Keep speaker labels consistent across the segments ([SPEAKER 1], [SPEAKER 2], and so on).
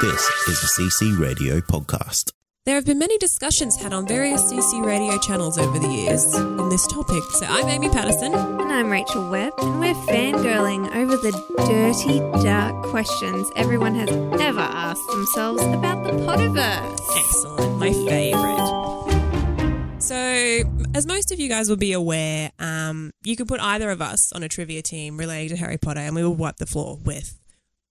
[SPEAKER 1] This is a CC Radio podcast.
[SPEAKER 2] There have been many discussions had on various CC radio channels over the years on this topic. So I'm Amy Patterson.
[SPEAKER 3] And I'm Rachel Webb, and we're fangirling over the dirty, dark questions everyone has ever asked themselves about the Potterverse.
[SPEAKER 2] Excellent, my favourite. So, as most of you guys will be aware, um, you could put either of us on a trivia team relating to Harry Potter, and we will wipe the floor with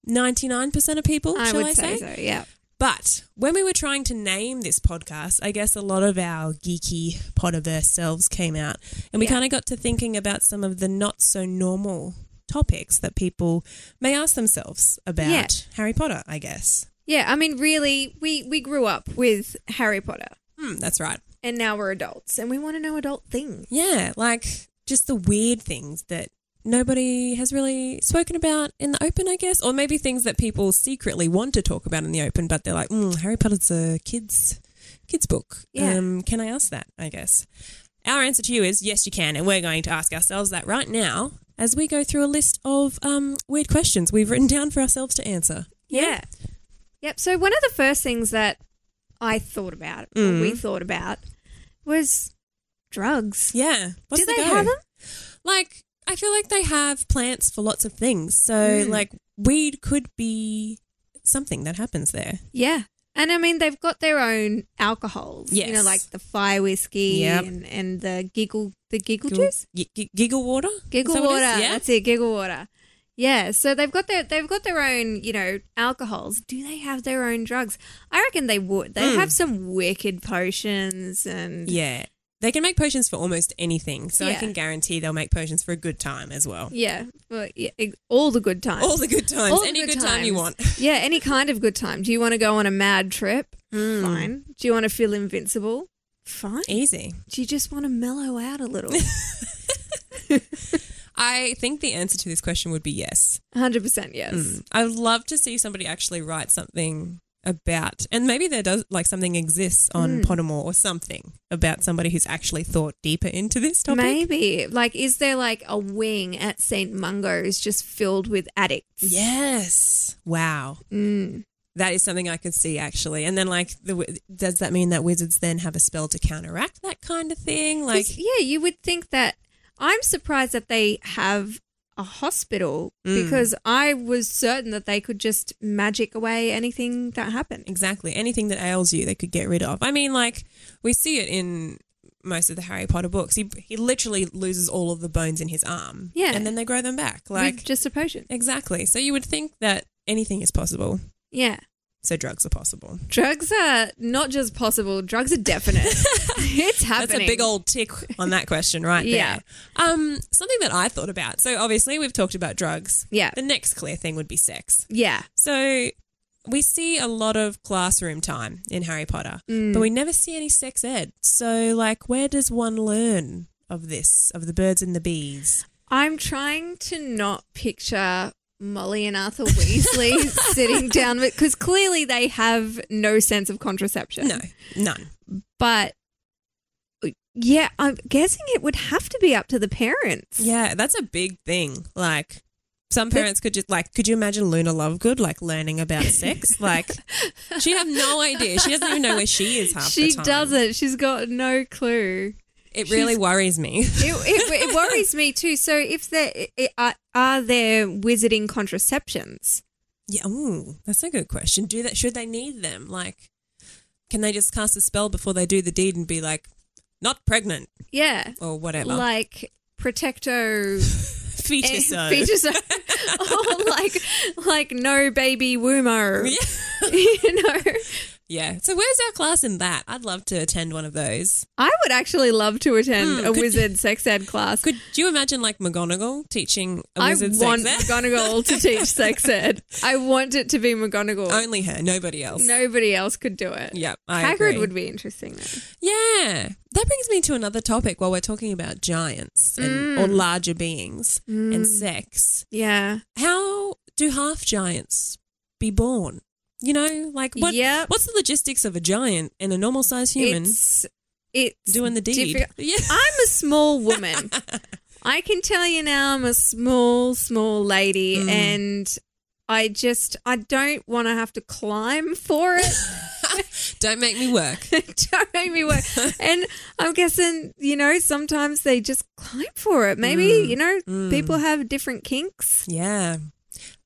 [SPEAKER 2] 99% of people.
[SPEAKER 3] I
[SPEAKER 2] oh, shall
[SPEAKER 3] would
[SPEAKER 2] I
[SPEAKER 3] say, so, yeah.
[SPEAKER 2] But when we were trying to name this podcast, I guess a lot of our geeky Potterverse selves came out, and we
[SPEAKER 3] Yeah.
[SPEAKER 2] kind of got to thinking about some of the not so normal topics that people may ask themselves about
[SPEAKER 3] Yeah.
[SPEAKER 2] Harry Potter. I guess.
[SPEAKER 3] Yeah, I mean, really, we, we grew up with Harry Potter,
[SPEAKER 2] Hmm, that's right.
[SPEAKER 3] and now we're adults, and we want to know adult things.
[SPEAKER 2] Yeah, like just the weird things that nobody has really spoken about in the open, I guess, or maybe things that people secretly want to talk about in the open, but they're like, mm, Harry Potter's a kids kids book.
[SPEAKER 3] Yeah.
[SPEAKER 2] Um, can I ask that? I guess our answer to you is yes, you can, and we're going to ask ourselves that right now as we go through a list of um, weird questions we've written down for ourselves to answer.
[SPEAKER 3] Yeah. Yep. So one of the first things that I thought about,
[SPEAKER 2] Mm.
[SPEAKER 3] or we thought about, was drugs.
[SPEAKER 2] Yeah, What's
[SPEAKER 3] Do
[SPEAKER 2] the
[SPEAKER 3] they
[SPEAKER 2] go?
[SPEAKER 3] have them?
[SPEAKER 2] like I feel like they have plants for lots of things. So
[SPEAKER 3] Mm.
[SPEAKER 2] like weed could be something that happens there.
[SPEAKER 3] Yeah. And I mean, they've got their own alcohols. You know,
[SPEAKER 2] Yes.
[SPEAKER 3] like the fire whiskey
[SPEAKER 2] Yep.
[SPEAKER 3] and, and the giggle, the giggle juice,
[SPEAKER 2] G- g- giggle water. Is
[SPEAKER 3] giggle
[SPEAKER 2] that what
[SPEAKER 3] water.
[SPEAKER 2] it is? Yeah.
[SPEAKER 3] That's it, giggle water. Yeah. So they've got their they've got their own you know alcohols. Do they have their own drugs? I reckon they would. They
[SPEAKER 2] Mm.
[SPEAKER 3] have some wicked potions and
[SPEAKER 2] yeah. They can make potions for almost anything. So I
[SPEAKER 3] Yeah.
[SPEAKER 2] can guarantee they'll make potions for a good time as well.
[SPEAKER 3] yeah, well, yeah ex- all the good times.
[SPEAKER 2] All the good times.
[SPEAKER 3] the
[SPEAKER 2] Any good, time you
[SPEAKER 3] times.
[SPEAKER 2] want.
[SPEAKER 3] yeah, any kind of good time. Do you want to go on a mad trip?
[SPEAKER 2] Hmm.
[SPEAKER 3] Fine. Do you want to feel invincible? Fine.
[SPEAKER 2] Easy.
[SPEAKER 3] Do you just want to mellow out a little?
[SPEAKER 2] I think the answer to this question would be yes.
[SPEAKER 3] 100% yes.
[SPEAKER 2] Mm. I would love to see somebody actually write something about, and maybe there does like something exists
[SPEAKER 3] Hmm.
[SPEAKER 2] on Pottermore or something about somebody who's actually thought deeper into this topic.
[SPEAKER 3] Maybe. Like, is there like a wing at St. Mungo's just filled with addicts?
[SPEAKER 2] Yes. Wow.
[SPEAKER 3] Mm.
[SPEAKER 2] That is something I could see actually. And then like, the, wi- does that mean that wizards then have a spell to counteract that kind of thing? Like,
[SPEAKER 3] 'Cause, yeah, you would think that. I'm surprised that they have a hospital
[SPEAKER 2] Mm.
[SPEAKER 3] because I was certain that they could just magic away anything that happened.
[SPEAKER 2] exactly anything that ails you, they could get rid of. I mean, like we see it in most of the Harry Potter books. He he literally loses all of the bones in his arm.
[SPEAKER 3] Yeah.
[SPEAKER 2] and then they grow them back. Like
[SPEAKER 3] With just a potion.
[SPEAKER 2] Exactly. So you would think that anything is possible.
[SPEAKER 3] Yeah.
[SPEAKER 2] So drugs are possible.
[SPEAKER 3] Drugs are not just possible, drugs are definite. it's happening.
[SPEAKER 2] That's a big old tick on that question right
[SPEAKER 3] Yeah.
[SPEAKER 2] there. Um, something that I thought about. So obviously we've talked about drugs.
[SPEAKER 3] Yeah.
[SPEAKER 2] The next clear thing would be sex.
[SPEAKER 3] Yeah.
[SPEAKER 2] So we see a lot of classroom time in Harry Potter,
[SPEAKER 3] Mm.
[SPEAKER 2] but we never see any sex ed. So like where does one learn of this, of the birds and the bees?
[SPEAKER 3] I'm trying to not picture Molly and Arthur Weasley sitting down because clearly they have no sense of contraception.
[SPEAKER 2] No, none.
[SPEAKER 3] But yeah, I'm guessing it would have to be up to the parents.
[SPEAKER 2] Yeah, that's a big thing. Like some parents could just like could you imagine Luna Lovegood like learning about sex? like she'd have no idea. She doesn't even know where she is half
[SPEAKER 3] She
[SPEAKER 2] the time.
[SPEAKER 3] doesn't. She's got no clue.
[SPEAKER 2] It really
[SPEAKER 3] She's-
[SPEAKER 2] worries me.
[SPEAKER 3] It, it, it worries me too. So, if there i- i- are, are there wizarding contraceptions?
[SPEAKER 2] Yeah, ooh, that's a good question. Do that should they need them? Like can they just cast a spell before they do the deed and be like not pregnant
[SPEAKER 3] Yeah,
[SPEAKER 2] or whatever?
[SPEAKER 3] like protecto
[SPEAKER 2] feature so.
[SPEAKER 3] features Oh, or like like no baby woomo. You know,
[SPEAKER 2] Yeah. So where's our class in that? I'd love to attend one of those.
[SPEAKER 3] I would actually love to
[SPEAKER 2] Hmm,
[SPEAKER 3] attend a
[SPEAKER 2] could-
[SPEAKER 3] wizard sex ed class.
[SPEAKER 2] Could you imagine like McGonagall teaching a
[SPEAKER 3] I
[SPEAKER 2] wizard
[SPEAKER 3] want
[SPEAKER 2] sex ed?
[SPEAKER 3] McGonagall to teach sex ed. I want it to be McGonagall.
[SPEAKER 2] Only her, nobody else.
[SPEAKER 3] Nobody else could do it.
[SPEAKER 2] Yep, I
[SPEAKER 3] Hagrid
[SPEAKER 2] agree.
[SPEAKER 3] would be interesting though.
[SPEAKER 2] Yeah. That brings me to another topic while we're talking about giants
[SPEAKER 3] Mm.
[SPEAKER 2] and, or larger beings and sex.
[SPEAKER 3] Yeah.
[SPEAKER 2] How do half giants be born? You know, like what?
[SPEAKER 3] Yep.
[SPEAKER 2] What's the logistics of a giant and a normal sized human
[SPEAKER 3] It's it's
[SPEAKER 2] doing the deed?
[SPEAKER 3] difficult.
[SPEAKER 2] Yeah.
[SPEAKER 3] I'm a small woman. I can tell you now I'm a small, small lady
[SPEAKER 2] Mm.
[SPEAKER 3] and I just I don't want to have to climb for it.
[SPEAKER 2] Don't make me work.
[SPEAKER 3] don't make me work. and I'm guessing, you know, sometimes they just climb for it.
[SPEAKER 2] Mm.
[SPEAKER 3] Maybe, you know, people have different kinks.
[SPEAKER 2] Yeah.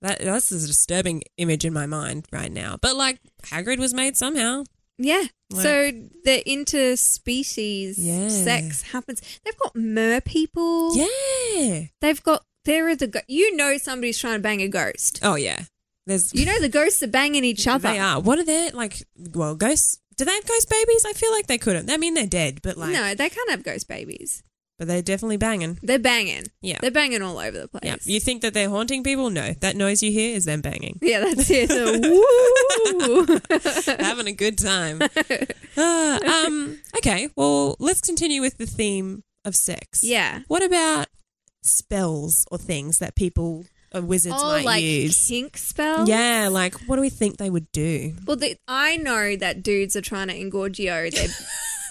[SPEAKER 2] That that's a disturbing image in my mind right now. But like Hagrid was made somehow.
[SPEAKER 3] Yeah.
[SPEAKER 2] Like-
[SPEAKER 3] so the interspecies
[SPEAKER 2] Yeah.
[SPEAKER 3] sex happens. They've got mer people.
[SPEAKER 2] Yeah.
[SPEAKER 3] They've got there are the go- you know somebody's trying to bang a ghost.
[SPEAKER 2] Oh yeah. There's
[SPEAKER 3] You know the ghosts are banging each other.
[SPEAKER 2] they are. What are they like well ghosts do they have ghost babies? I feel like they couldn't. I mean they're dead, but like
[SPEAKER 3] no, they can't have ghost babies.
[SPEAKER 2] but they're definitely banging.
[SPEAKER 3] They're banging.
[SPEAKER 2] Yeah.
[SPEAKER 3] They're banging all over the place.
[SPEAKER 2] Yeah. You think that they're haunting people? No. That noise you hear is them banging.
[SPEAKER 3] Yeah, that's it. The woo.
[SPEAKER 2] Having a good time. Ah, um okay, well let's continue with the theme of sex.
[SPEAKER 3] yeah.
[SPEAKER 2] What about spells or things that people or wizards
[SPEAKER 3] oh,
[SPEAKER 2] might
[SPEAKER 3] like
[SPEAKER 2] use?
[SPEAKER 3] kink spells.
[SPEAKER 2] Yeah, like what do we think they would do?
[SPEAKER 3] Well, the, I know that dudes are trying to engorgio their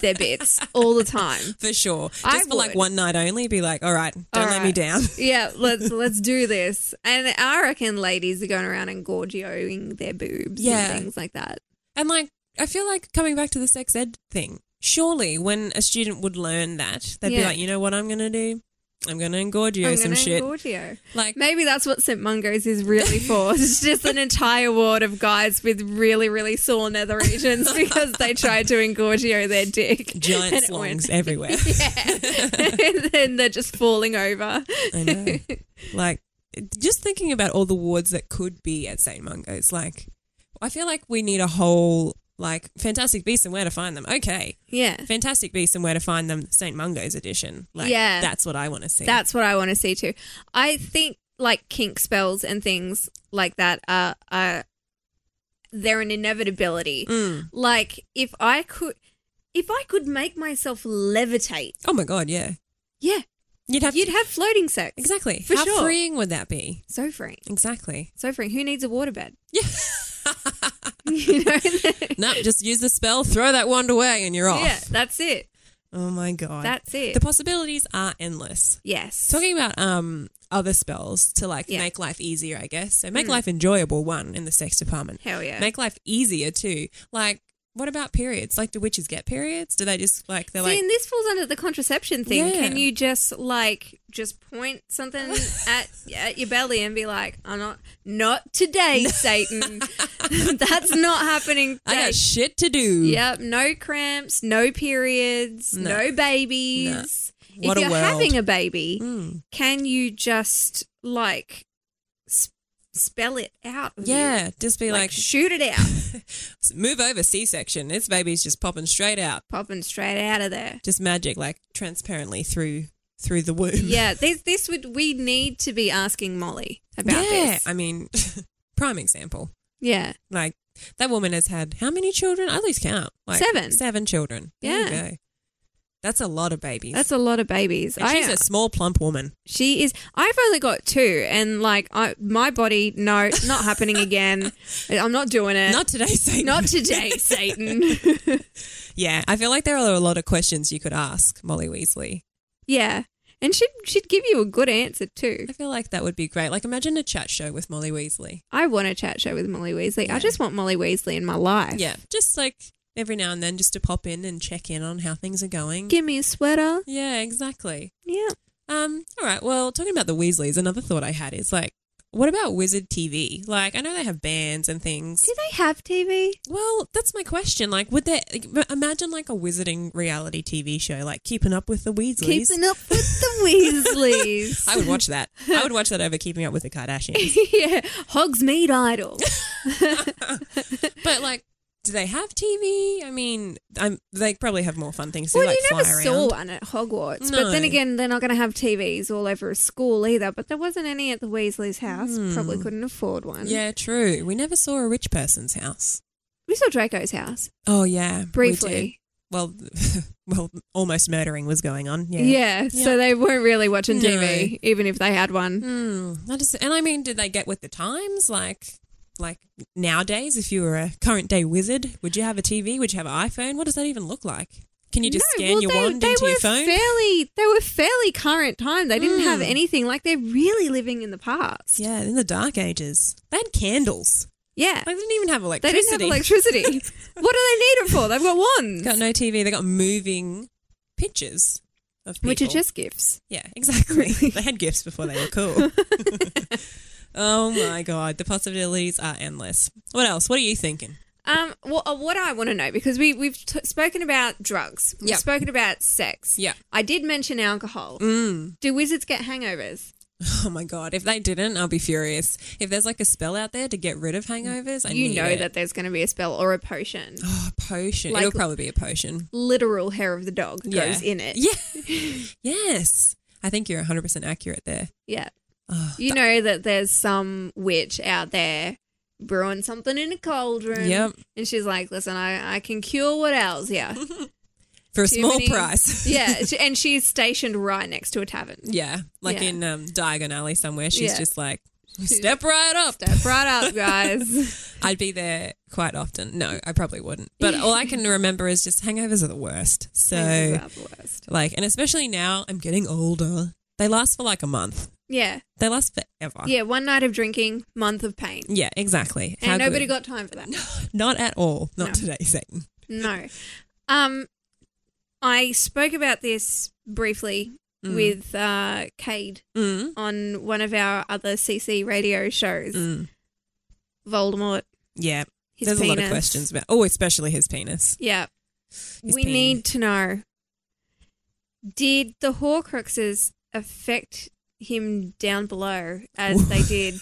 [SPEAKER 3] their bits all the time.
[SPEAKER 2] For sure. Just
[SPEAKER 3] I
[SPEAKER 2] for like
[SPEAKER 3] would.
[SPEAKER 2] one night only, be like, all right, don't
[SPEAKER 3] All
[SPEAKER 2] let
[SPEAKER 3] right.
[SPEAKER 2] me down.
[SPEAKER 3] Yeah, let's let's do this. And I reckon ladies are going around engorgioing their boobs
[SPEAKER 2] Yeah.
[SPEAKER 3] and things like that.
[SPEAKER 2] And like, I feel like coming back to the sex ed thing, surely when a student would learn that, they'd be
[SPEAKER 3] Yeah.
[SPEAKER 2] like, you know what I'm going to do? I'm going to engorge you
[SPEAKER 3] I'm
[SPEAKER 2] some
[SPEAKER 3] gonna
[SPEAKER 2] shit.
[SPEAKER 3] Engorgio.
[SPEAKER 2] like,
[SPEAKER 3] Maybe that's what St. Mungo's is really for. It's just an entire ward of guys with really, really sore nether regions because they tried to engorgio their dick.
[SPEAKER 2] giant
[SPEAKER 3] And it went-
[SPEAKER 2] slongs everywhere.
[SPEAKER 3] Yeah. and then they're just falling over.
[SPEAKER 2] I know. Like, just thinking about all the wards that could be at St. Mungo's, like, I feel like we need a whole, like, Fantastic Beasts and Where to Find Them. Okay.
[SPEAKER 3] Yeah.
[SPEAKER 2] Fantastic Beasts and Where to Find Them, St. Mungo's edition. Like,
[SPEAKER 3] Yeah.
[SPEAKER 2] That's what I want to see.
[SPEAKER 3] That's what I want to see too. I think like kink spells and things like that are, are they're an inevitability.
[SPEAKER 2] Mm.
[SPEAKER 3] Like if I could if I could make myself levitate,
[SPEAKER 2] Oh my God, yeah.
[SPEAKER 3] yeah,
[SPEAKER 2] You'd have
[SPEAKER 3] you'd have floating sex.
[SPEAKER 2] exactly.
[SPEAKER 3] For
[SPEAKER 2] How
[SPEAKER 3] sure.
[SPEAKER 2] freeing would that be?
[SPEAKER 3] So freeing.
[SPEAKER 2] Exactly.
[SPEAKER 3] So freeing. Who needs a waterbed?
[SPEAKER 2] Yeah.
[SPEAKER 3] You know?
[SPEAKER 2] no, just use the spell, throw that wand away, and you're off.
[SPEAKER 3] yeah, that's it.
[SPEAKER 2] Oh my God.
[SPEAKER 3] That's it.
[SPEAKER 2] The possibilities are endless.
[SPEAKER 3] yes.
[SPEAKER 2] Talking about um other spells to like
[SPEAKER 3] Yeah.
[SPEAKER 2] make life easier, I guess. So make life enjoyable. One in the sex department.
[SPEAKER 3] Hell yeah.
[SPEAKER 2] Make life easier too. Like what about periods? Like do witches get periods? Do they just like they're
[SPEAKER 3] See,
[SPEAKER 2] like
[SPEAKER 3] and this falls under the contraception thing.
[SPEAKER 2] Yeah.
[SPEAKER 3] Can you just like just point something at at your belly and be like, "I'm not, not today, Satan. That's not happening."
[SPEAKER 2] I
[SPEAKER 3] today."
[SPEAKER 2] got shit to do.
[SPEAKER 3] yep, no cramps, no periods,
[SPEAKER 2] No.
[SPEAKER 3] no, babies.
[SPEAKER 2] What a
[SPEAKER 3] if you're
[SPEAKER 2] world.
[SPEAKER 3] having a baby,
[SPEAKER 2] Mm.
[SPEAKER 3] can you just like sp- spell it out? with you?
[SPEAKER 2] Yeah, just be
[SPEAKER 3] like,
[SPEAKER 2] like,
[SPEAKER 3] shoot it out,
[SPEAKER 2] move over C-section. This baby's just popping straight out.
[SPEAKER 3] popping straight out of there.
[SPEAKER 2] just magic, like transparently through through the womb.
[SPEAKER 3] Yeah, this this would we need to be asking Molly about
[SPEAKER 2] yeah.
[SPEAKER 3] this.
[SPEAKER 2] I mean, prime example.
[SPEAKER 3] Yeah.
[SPEAKER 2] Like that woman has had how many children? I lose count. Like
[SPEAKER 3] Seven.
[SPEAKER 2] Seven children. There you
[SPEAKER 3] Yeah.
[SPEAKER 2] go. That's a lot of babies.
[SPEAKER 3] That's a lot of babies.
[SPEAKER 2] and
[SPEAKER 3] I,
[SPEAKER 2] she's a small plump woman.
[SPEAKER 3] she is. I've only got two, and like I, my body, no, not happening again. I'm not doing it.
[SPEAKER 2] Not today, Satan.
[SPEAKER 3] Uh, Not today, Satan.
[SPEAKER 2] yeah, I feel like there are a lot of questions you could ask Molly Weasley.
[SPEAKER 3] yeah, and she'd she'd give you a good answer too.
[SPEAKER 2] I feel like that would be great. Like imagine a chat show with Molly Weasley.
[SPEAKER 3] I want a chat show with Molly Weasley. I just want Molly Weasley in my life.
[SPEAKER 2] Yeah, just like every now and then, just to pop in and check in on how things are going.
[SPEAKER 3] Give me a sweater.
[SPEAKER 2] yeah, exactly.
[SPEAKER 3] Yeah.
[SPEAKER 2] Um, all right. Well, talking about the Weasleys, another thought I had is like, what about Wizard TV? Like, I know they have bands and things.
[SPEAKER 3] Do they have TV?
[SPEAKER 2] Well, that's my question. Like, would they like, imagine like a wizarding reality TV show, like Keeping Up with the Weasleys?
[SPEAKER 3] Keeping up with the Weasleys.
[SPEAKER 2] I would watch that. I would watch that over Keeping Up with the Kardashians.
[SPEAKER 3] yeah, Hogsmeade Idol.
[SPEAKER 2] But like, Do they have TV? I mean, I'm, they probably have more fun things to
[SPEAKER 3] Well,
[SPEAKER 2] do, like
[SPEAKER 3] you
[SPEAKER 2] fly
[SPEAKER 3] never saw
[SPEAKER 2] around.
[SPEAKER 3] one at Hogwarts,
[SPEAKER 2] No.
[SPEAKER 3] but then again, they're not going to have TVs all over a school either. But there wasn't any at the Weasleys' house. Probably couldn't afford one.
[SPEAKER 2] Hmm. Yeah, true. We never saw a rich person's house.
[SPEAKER 3] we saw Draco's house
[SPEAKER 2] Oh yeah, we did.
[SPEAKER 3] briefly.
[SPEAKER 2] Well, well, almost murdering was going on. Yeah.
[SPEAKER 3] Yeah. so they weren't really watching
[SPEAKER 2] No.
[SPEAKER 3] TV, even if they had one.
[SPEAKER 2] Hmm. That is, and I mean, did they get with the times? Like, like nowadays, if you were a current day wizard, would you have a TV? Would you have an iPhone? What does that even look like? Can you just
[SPEAKER 3] No,
[SPEAKER 2] scan
[SPEAKER 3] well,
[SPEAKER 2] your
[SPEAKER 3] they,
[SPEAKER 2] wand
[SPEAKER 3] they
[SPEAKER 2] into
[SPEAKER 3] were
[SPEAKER 2] your phone?
[SPEAKER 3] Fairly, they were fairly current time. They didn't have
[SPEAKER 2] Mm.
[SPEAKER 3] anything like they're really living in the past.
[SPEAKER 2] yeah, in the dark ages, they had candles.
[SPEAKER 3] Yeah.
[SPEAKER 2] They didn't even have
[SPEAKER 3] They
[SPEAKER 2] electricity.
[SPEAKER 3] didn't have electricity. what do they need it for? They've got
[SPEAKER 2] They
[SPEAKER 3] wands,
[SPEAKER 2] got no TV. They got moving pictures of people.
[SPEAKER 3] which are just gifts.
[SPEAKER 2] Yeah, exactly. they had gifts before they were cool. oh my god, the possibilities are endless. What else? What are you thinking?
[SPEAKER 3] Um, well, uh, what I want to know because we we've t- spoken about drugs, we've
[SPEAKER 2] Yeah.
[SPEAKER 3] spoken about sex.
[SPEAKER 2] Yeah.
[SPEAKER 3] I did mention alcohol.
[SPEAKER 2] Mm.
[SPEAKER 3] Do wizards get hangovers?
[SPEAKER 2] Oh my god, if they didn't, I'll be furious. If there's like a spell out there to get rid of hangovers, I
[SPEAKER 3] you
[SPEAKER 2] need
[SPEAKER 3] know
[SPEAKER 2] it.
[SPEAKER 3] that there's going to be a spell or a potion.
[SPEAKER 2] Oh, a potion.
[SPEAKER 3] Like-
[SPEAKER 2] It'll probably be a potion.
[SPEAKER 3] Literal hair of the dog
[SPEAKER 2] Yeah.
[SPEAKER 3] goes in it.
[SPEAKER 2] Yeah. yes. I think you're 100% accurate there.
[SPEAKER 3] Yeah.
[SPEAKER 2] Oh,
[SPEAKER 3] You know that there's some witch out there brewing something in a cauldron.
[SPEAKER 2] Yep.
[SPEAKER 3] And she's like, listen, I, I can cure what else. Yeah.
[SPEAKER 2] for a
[SPEAKER 3] Too
[SPEAKER 2] small
[SPEAKER 3] many-
[SPEAKER 2] price.
[SPEAKER 3] yeah. she- And she's stationed right next to a tavern.
[SPEAKER 2] yeah. Like
[SPEAKER 3] Yeah.
[SPEAKER 2] in um, Diagon Alley somewhere, she's
[SPEAKER 3] Yeah.
[SPEAKER 2] just like, step right up.
[SPEAKER 3] Step right up, guys.
[SPEAKER 2] I'd be there quite often. No, I probably wouldn't. But all I can remember is just hangovers are the worst. So,
[SPEAKER 3] Hangovers are the worst.
[SPEAKER 2] like, and especially now I'm getting older. They last for like a month.
[SPEAKER 3] Yeah.
[SPEAKER 2] They last forever.
[SPEAKER 3] Yeah. One night of drinking, month of pain.
[SPEAKER 2] Yeah, exactly.
[SPEAKER 3] And
[SPEAKER 2] How
[SPEAKER 3] nobody
[SPEAKER 2] good.
[SPEAKER 3] got time for that.
[SPEAKER 2] Not at all. Not
[SPEAKER 3] No.
[SPEAKER 2] today, Satan.
[SPEAKER 3] No. Um, I spoke about this briefly
[SPEAKER 2] Mm.
[SPEAKER 3] with uh, Cade
[SPEAKER 2] Mm.
[SPEAKER 3] on one of our other CC radio shows.
[SPEAKER 2] Mm.
[SPEAKER 3] Voldemort,
[SPEAKER 2] Yeah.
[SPEAKER 3] his
[SPEAKER 2] There's a lot
[SPEAKER 3] penis.
[SPEAKER 2] of questions about, oh, especially his penis.
[SPEAKER 3] Yeah.
[SPEAKER 2] His
[SPEAKER 3] we
[SPEAKER 2] peen.
[SPEAKER 3] need to know did the Horcruxes affect him down below as they did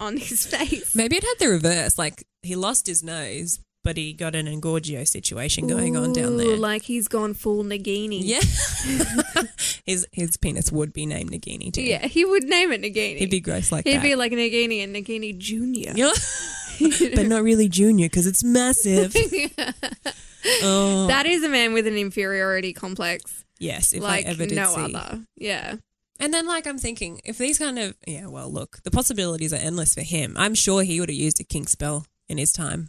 [SPEAKER 3] on his face?
[SPEAKER 2] Maybe it had the reverse. Like, he lost his nose, but he got an Engorgio situation going on down
[SPEAKER 3] Ooh,
[SPEAKER 2] there.
[SPEAKER 3] Like he's gone full Nagini.
[SPEAKER 2] yeah. his his penis would be named Nagini, too.
[SPEAKER 3] Yeah, he would name it Nagini.
[SPEAKER 2] He'd be gross like
[SPEAKER 3] He'd
[SPEAKER 2] that.
[SPEAKER 3] be like Nagini and Nagini Junior.
[SPEAKER 2] Yeah. but not really junior because it's massive. oh,
[SPEAKER 3] That is a man with an inferiority complex,
[SPEAKER 2] yes, if
[SPEAKER 3] like
[SPEAKER 2] I ever did
[SPEAKER 3] no
[SPEAKER 2] see.
[SPEAKER 3] other. Yeah,
[SPEAKER 2] And then, like, I'm thinking, if these kind of yeah, well, look, the possibilities are endless for him. I'm sure he would have used a king spell in his time.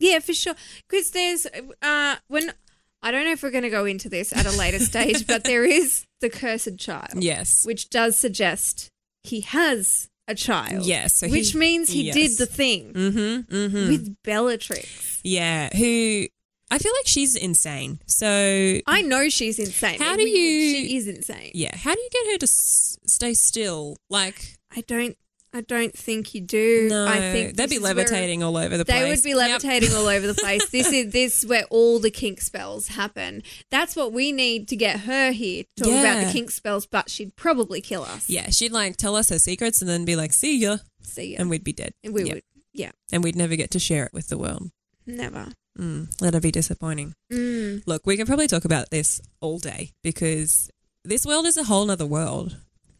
[SPEAKER 3] yeah, for sure. Because there's uh when I don't know if we're going to go into this at a later stage, but there is the cursed child,
[SPEAKER 2] Yes,
[SPEAKER 3] which does suggest he has a child.
[SPEAKER 2] Yes, so
[SPEAKER 3] which
[SPEAKER 2] he-
[SPEAKER 3] means he
[SPEAKER 2] yes.
[SPEAKER 3] did the thing
[SPEAKER 2] mm-hmm, mm-hmm.
[SPEAKER 3] with Bellatrix.
[SPEAKER 2] yeah, who I feel like she's insane. So
[SPEAKER 3] I know she's insane.
[SPEAKER 2] How
[SPEAKER 3] and
[SPEAKER 2] do
[SPEAKER 3] we-
[SPEAKER 2] you-
[SPEAKER 3] She is insane.
[SPEAKER 2] yeah, how do you get her to s- stay still? Like,
[SPEAKER 3] I don't. I don't think you do.
[SPEAKER 2] no,
[SPEAKER 3] I think
[SPEAKER 2] they'd
[SPEAKER 3] this
[SPEAKER 2] be
[SPEAKER 3] is where-
[SPEAKER 2] levitating all over the place.
[SPEAKER 3] They would be
[SPEAKER 2] Yep.
[SPEAKER 3] levitating all over the place. This is this is where all the kink spells happen. That's what we need to get her here to talk about
[SPEAKER 2] Yeah.
[SPEAKER 3] the kink spells, but she'd probably kill us.
[SPEAKER 2] Yeah, she'd like tell us her secrets and then be like, "See ya,"
[SPEAKER 3] See ya.
[SPEAKER 2] and we'd be dead.
[SPEAKER 3] And we
[SPEAKER 2] Yeah.
[SPEAKER 3] would yeah.
[SPEAKER 2] and we'd never get to share it with the world.
[SPEAKER 3] Never.
[SPEAKER 2] Mm, that'd be disappointing.
[SPEAKER 3] Mm.
[SPEAKER 2] Look, we could probably talk about this all day because this world is a whole nother world.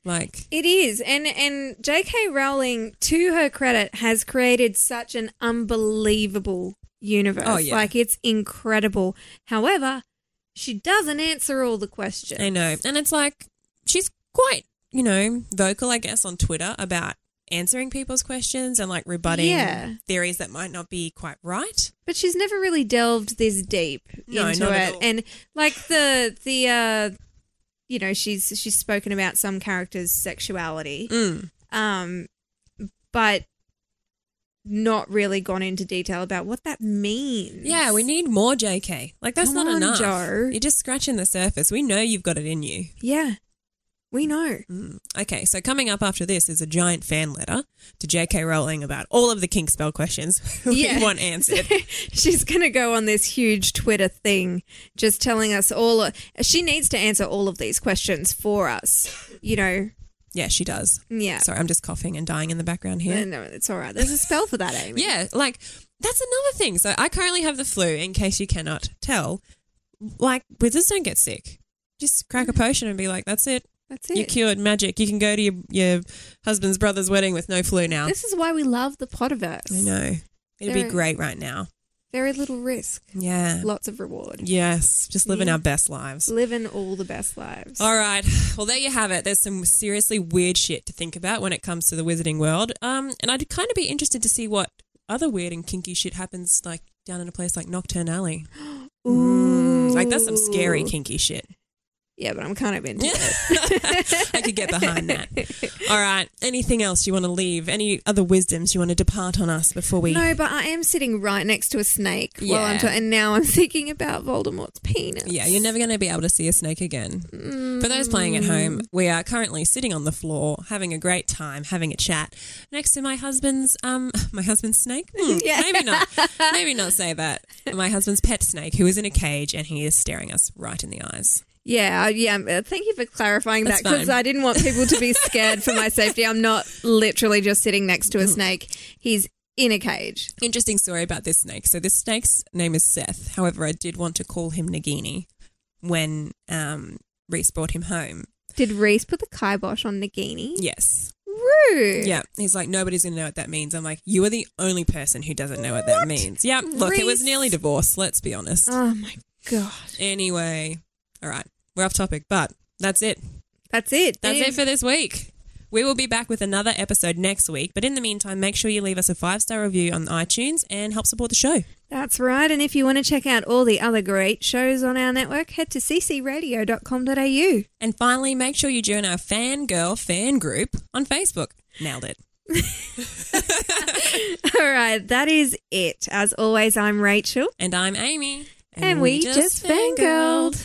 [SPEAKER 2] Like,
[SPEAKER 3] It is. And and JK Rowling, to her credit, has created such an unbelievable universe.
[SPEAKER 2] Oh, yeah.
[SPEAKER 3] Like it's incredible. However, she doesn't answer all the questions.
[SPEAKER 2] I know. And it's like, she's quite, you know, vocal, I guess, on Twitter about answering people's questions and like rebutting
[SPEAKER 3] Yeah.
[SPEAKER 2] theories that might not be quite right.
[SPEAKER 3] But she's never really delved this deep
[SPEAKER 2] No,
[SPEAKER 3] into
[SPEAKER 2] not
[SPEAKER 3] it,
[SPEAKER 2] at all.
[SPEAKER 3] and like the the uh, you know she's she's spoken about some characters' sexuality,
[SPEAKER 2] Mm.
[SPEAKER 3] um, but not really gone into detail about what that means.
[SPEAKER 2] Yeah, we need more JK. Like, that's
[SPEAKER 3] Come
[SPEAKER 2] not
[SPEAKER 3] on,
[SPEAKER 2] enough.
[SPEAKER 3] Jo.
[SPEAKER 2] You're just scratching the surface. We know you've got it in you.
[SPEAKER 3] yeah, we know.
[SPEAKER 2] Mm. Okay, so coming up after this is a giant fan letter to J.K. Rowling about all of the kink spell questions we
[SPEAKER 3] Yeah.
[SPEAKER 2] want answered.
[SPEAKER 3] She's gonna go on this huge Twitter thing, just telling us all. She needs to answer all of these questions for us. You know,
[SPEAKER 2] Yeah, she does.
[SPEAKER 3] Yeah.
[SPEAKER 2] Sorry, I'm just coughing and dying in the background here.
[SPEAKER 3] No, no, it's all right. There's a spell for that, Amy.
[SPEAKER 2] Yeah, like that's another thing. So I currently have the flu, in case you cannot tell. Like wizards don't get sick. Just crack a potion and be like, "That's it.
[SPEAKER 3] Mm. That's
[SPEAKER 2] You're
[SPEAKER 3] it.
[SPEAKER 2] cured. Magic. You can go to your, your husband's brother's wedding with no flu now."
[SPEAKER 3] This is why we love the Potterverse.
[SPEAKER 2] I know. It'd be
[SPEAKER 3] There-
[SPEAKER 2] great right now.
[SPEAKER 3] Very little risk,
[SPEAKER 2] Yeah.
[SPEAKER 3] lots of reward.
[SPEAKER 2] Yes. Just living
[SPEAKER 3] Yeah.
[SPEAKER 2] our best lives.
[SPEAKER 3] Living all the best lives.
[SPEAKER 2] All right. Well, there you have it. There's some seriously weird shit to think about when it comes to the wizarding world. Um, and I'd kind of be interested to see what other weird and kinky shit happens, like down in a place like Nocturne Alley. Mm, like that's some scary
[SPEAKER 3] Ooh.
[SPEAKER 2] kinky shit.
[SPEAKER 3] Yeah, but I'm kind of into it.
[SPEAKER 2] I could get behind that. All right. Anything else you want to leave? Any other wisdoms you want to depart on us before we?
[SPEAKER 3] No, but I am sitting right next to a snake while I'm
[SPEAKER 2] Yeah.
[SPEAKER 3] talking. And now I'm thinking about Voldemort's penis.
[SPEAKER 2] Yeah, you're never going to be able to see a snake again. For those playing at home,
[SPEAKER 3] Mm.
[SPEAKER 2] we are currently sitting on the floor having a great time, having a chat next to my husband's um my husband's snake. Hmm,
[SPEAKER 3] Yeah.
[SPEAKER 2] Maybe not. Maybe not say that. My husband's pet snake who is in a cage and he is staring us right in the eyes.
[SPEAKER 3] Yeah, yeah. uh, Thank you for clarifying
[SPEAKER 2] That's
[SPEAKER 3] that because
[SPEAKER 2] fine.
[SPEAKER 3] I didn't want people to be scared for my safety. I'm not literally just sitting next
[SPEAKER 2] Mm.
[SPEAKER 3] to a snake. He's in a cage.
[SPEAKER 2] Interesting story about this snake. So this snake's name is Seth. However, I did want to call him Nagini when um Reese brought him home.
[SPEAKER 3] Did Reese put the kibosh on Nagini?
[SPEAKER 2] Yes.
[SPEAKER 3] Rude.
[SPEAKER 2] Yeah, he's like, nobody's going to know what that means. I'm like, you are the only person who doesn't know what, that means. Yeah, look, it was
[SPEAKER 3] Reese.
[SPEAKER 2] nearly divorce, let's be honest.
[SPEAKER 3] Oh my god.
[SPEAKER 2] anyway, all right, we're off topic, but that's it.
[SPEAKER 3] That's it.
[SPEAKER 2] That's
[SPEAKER 3] Damn.
[SPEAKER 2] it for this week. We will be back with another episode next week, but in the meantime, make sure you leave us a five star review on iTunes and help support the show.
[SPEAKER 3] That's right. And if you want to check out all the other great shows on our network, head to ccradio.com.au.
[SPEAKER 2] And finally, make sure you join our fangirl fan group on Facebook. Nailed it.
[SPEAKER 3] All right, that is it. As always, I'm Rachel,
[SPEAKER 2] And I'm Amy.
[SPEAKER 3] and, we, just, fangirled.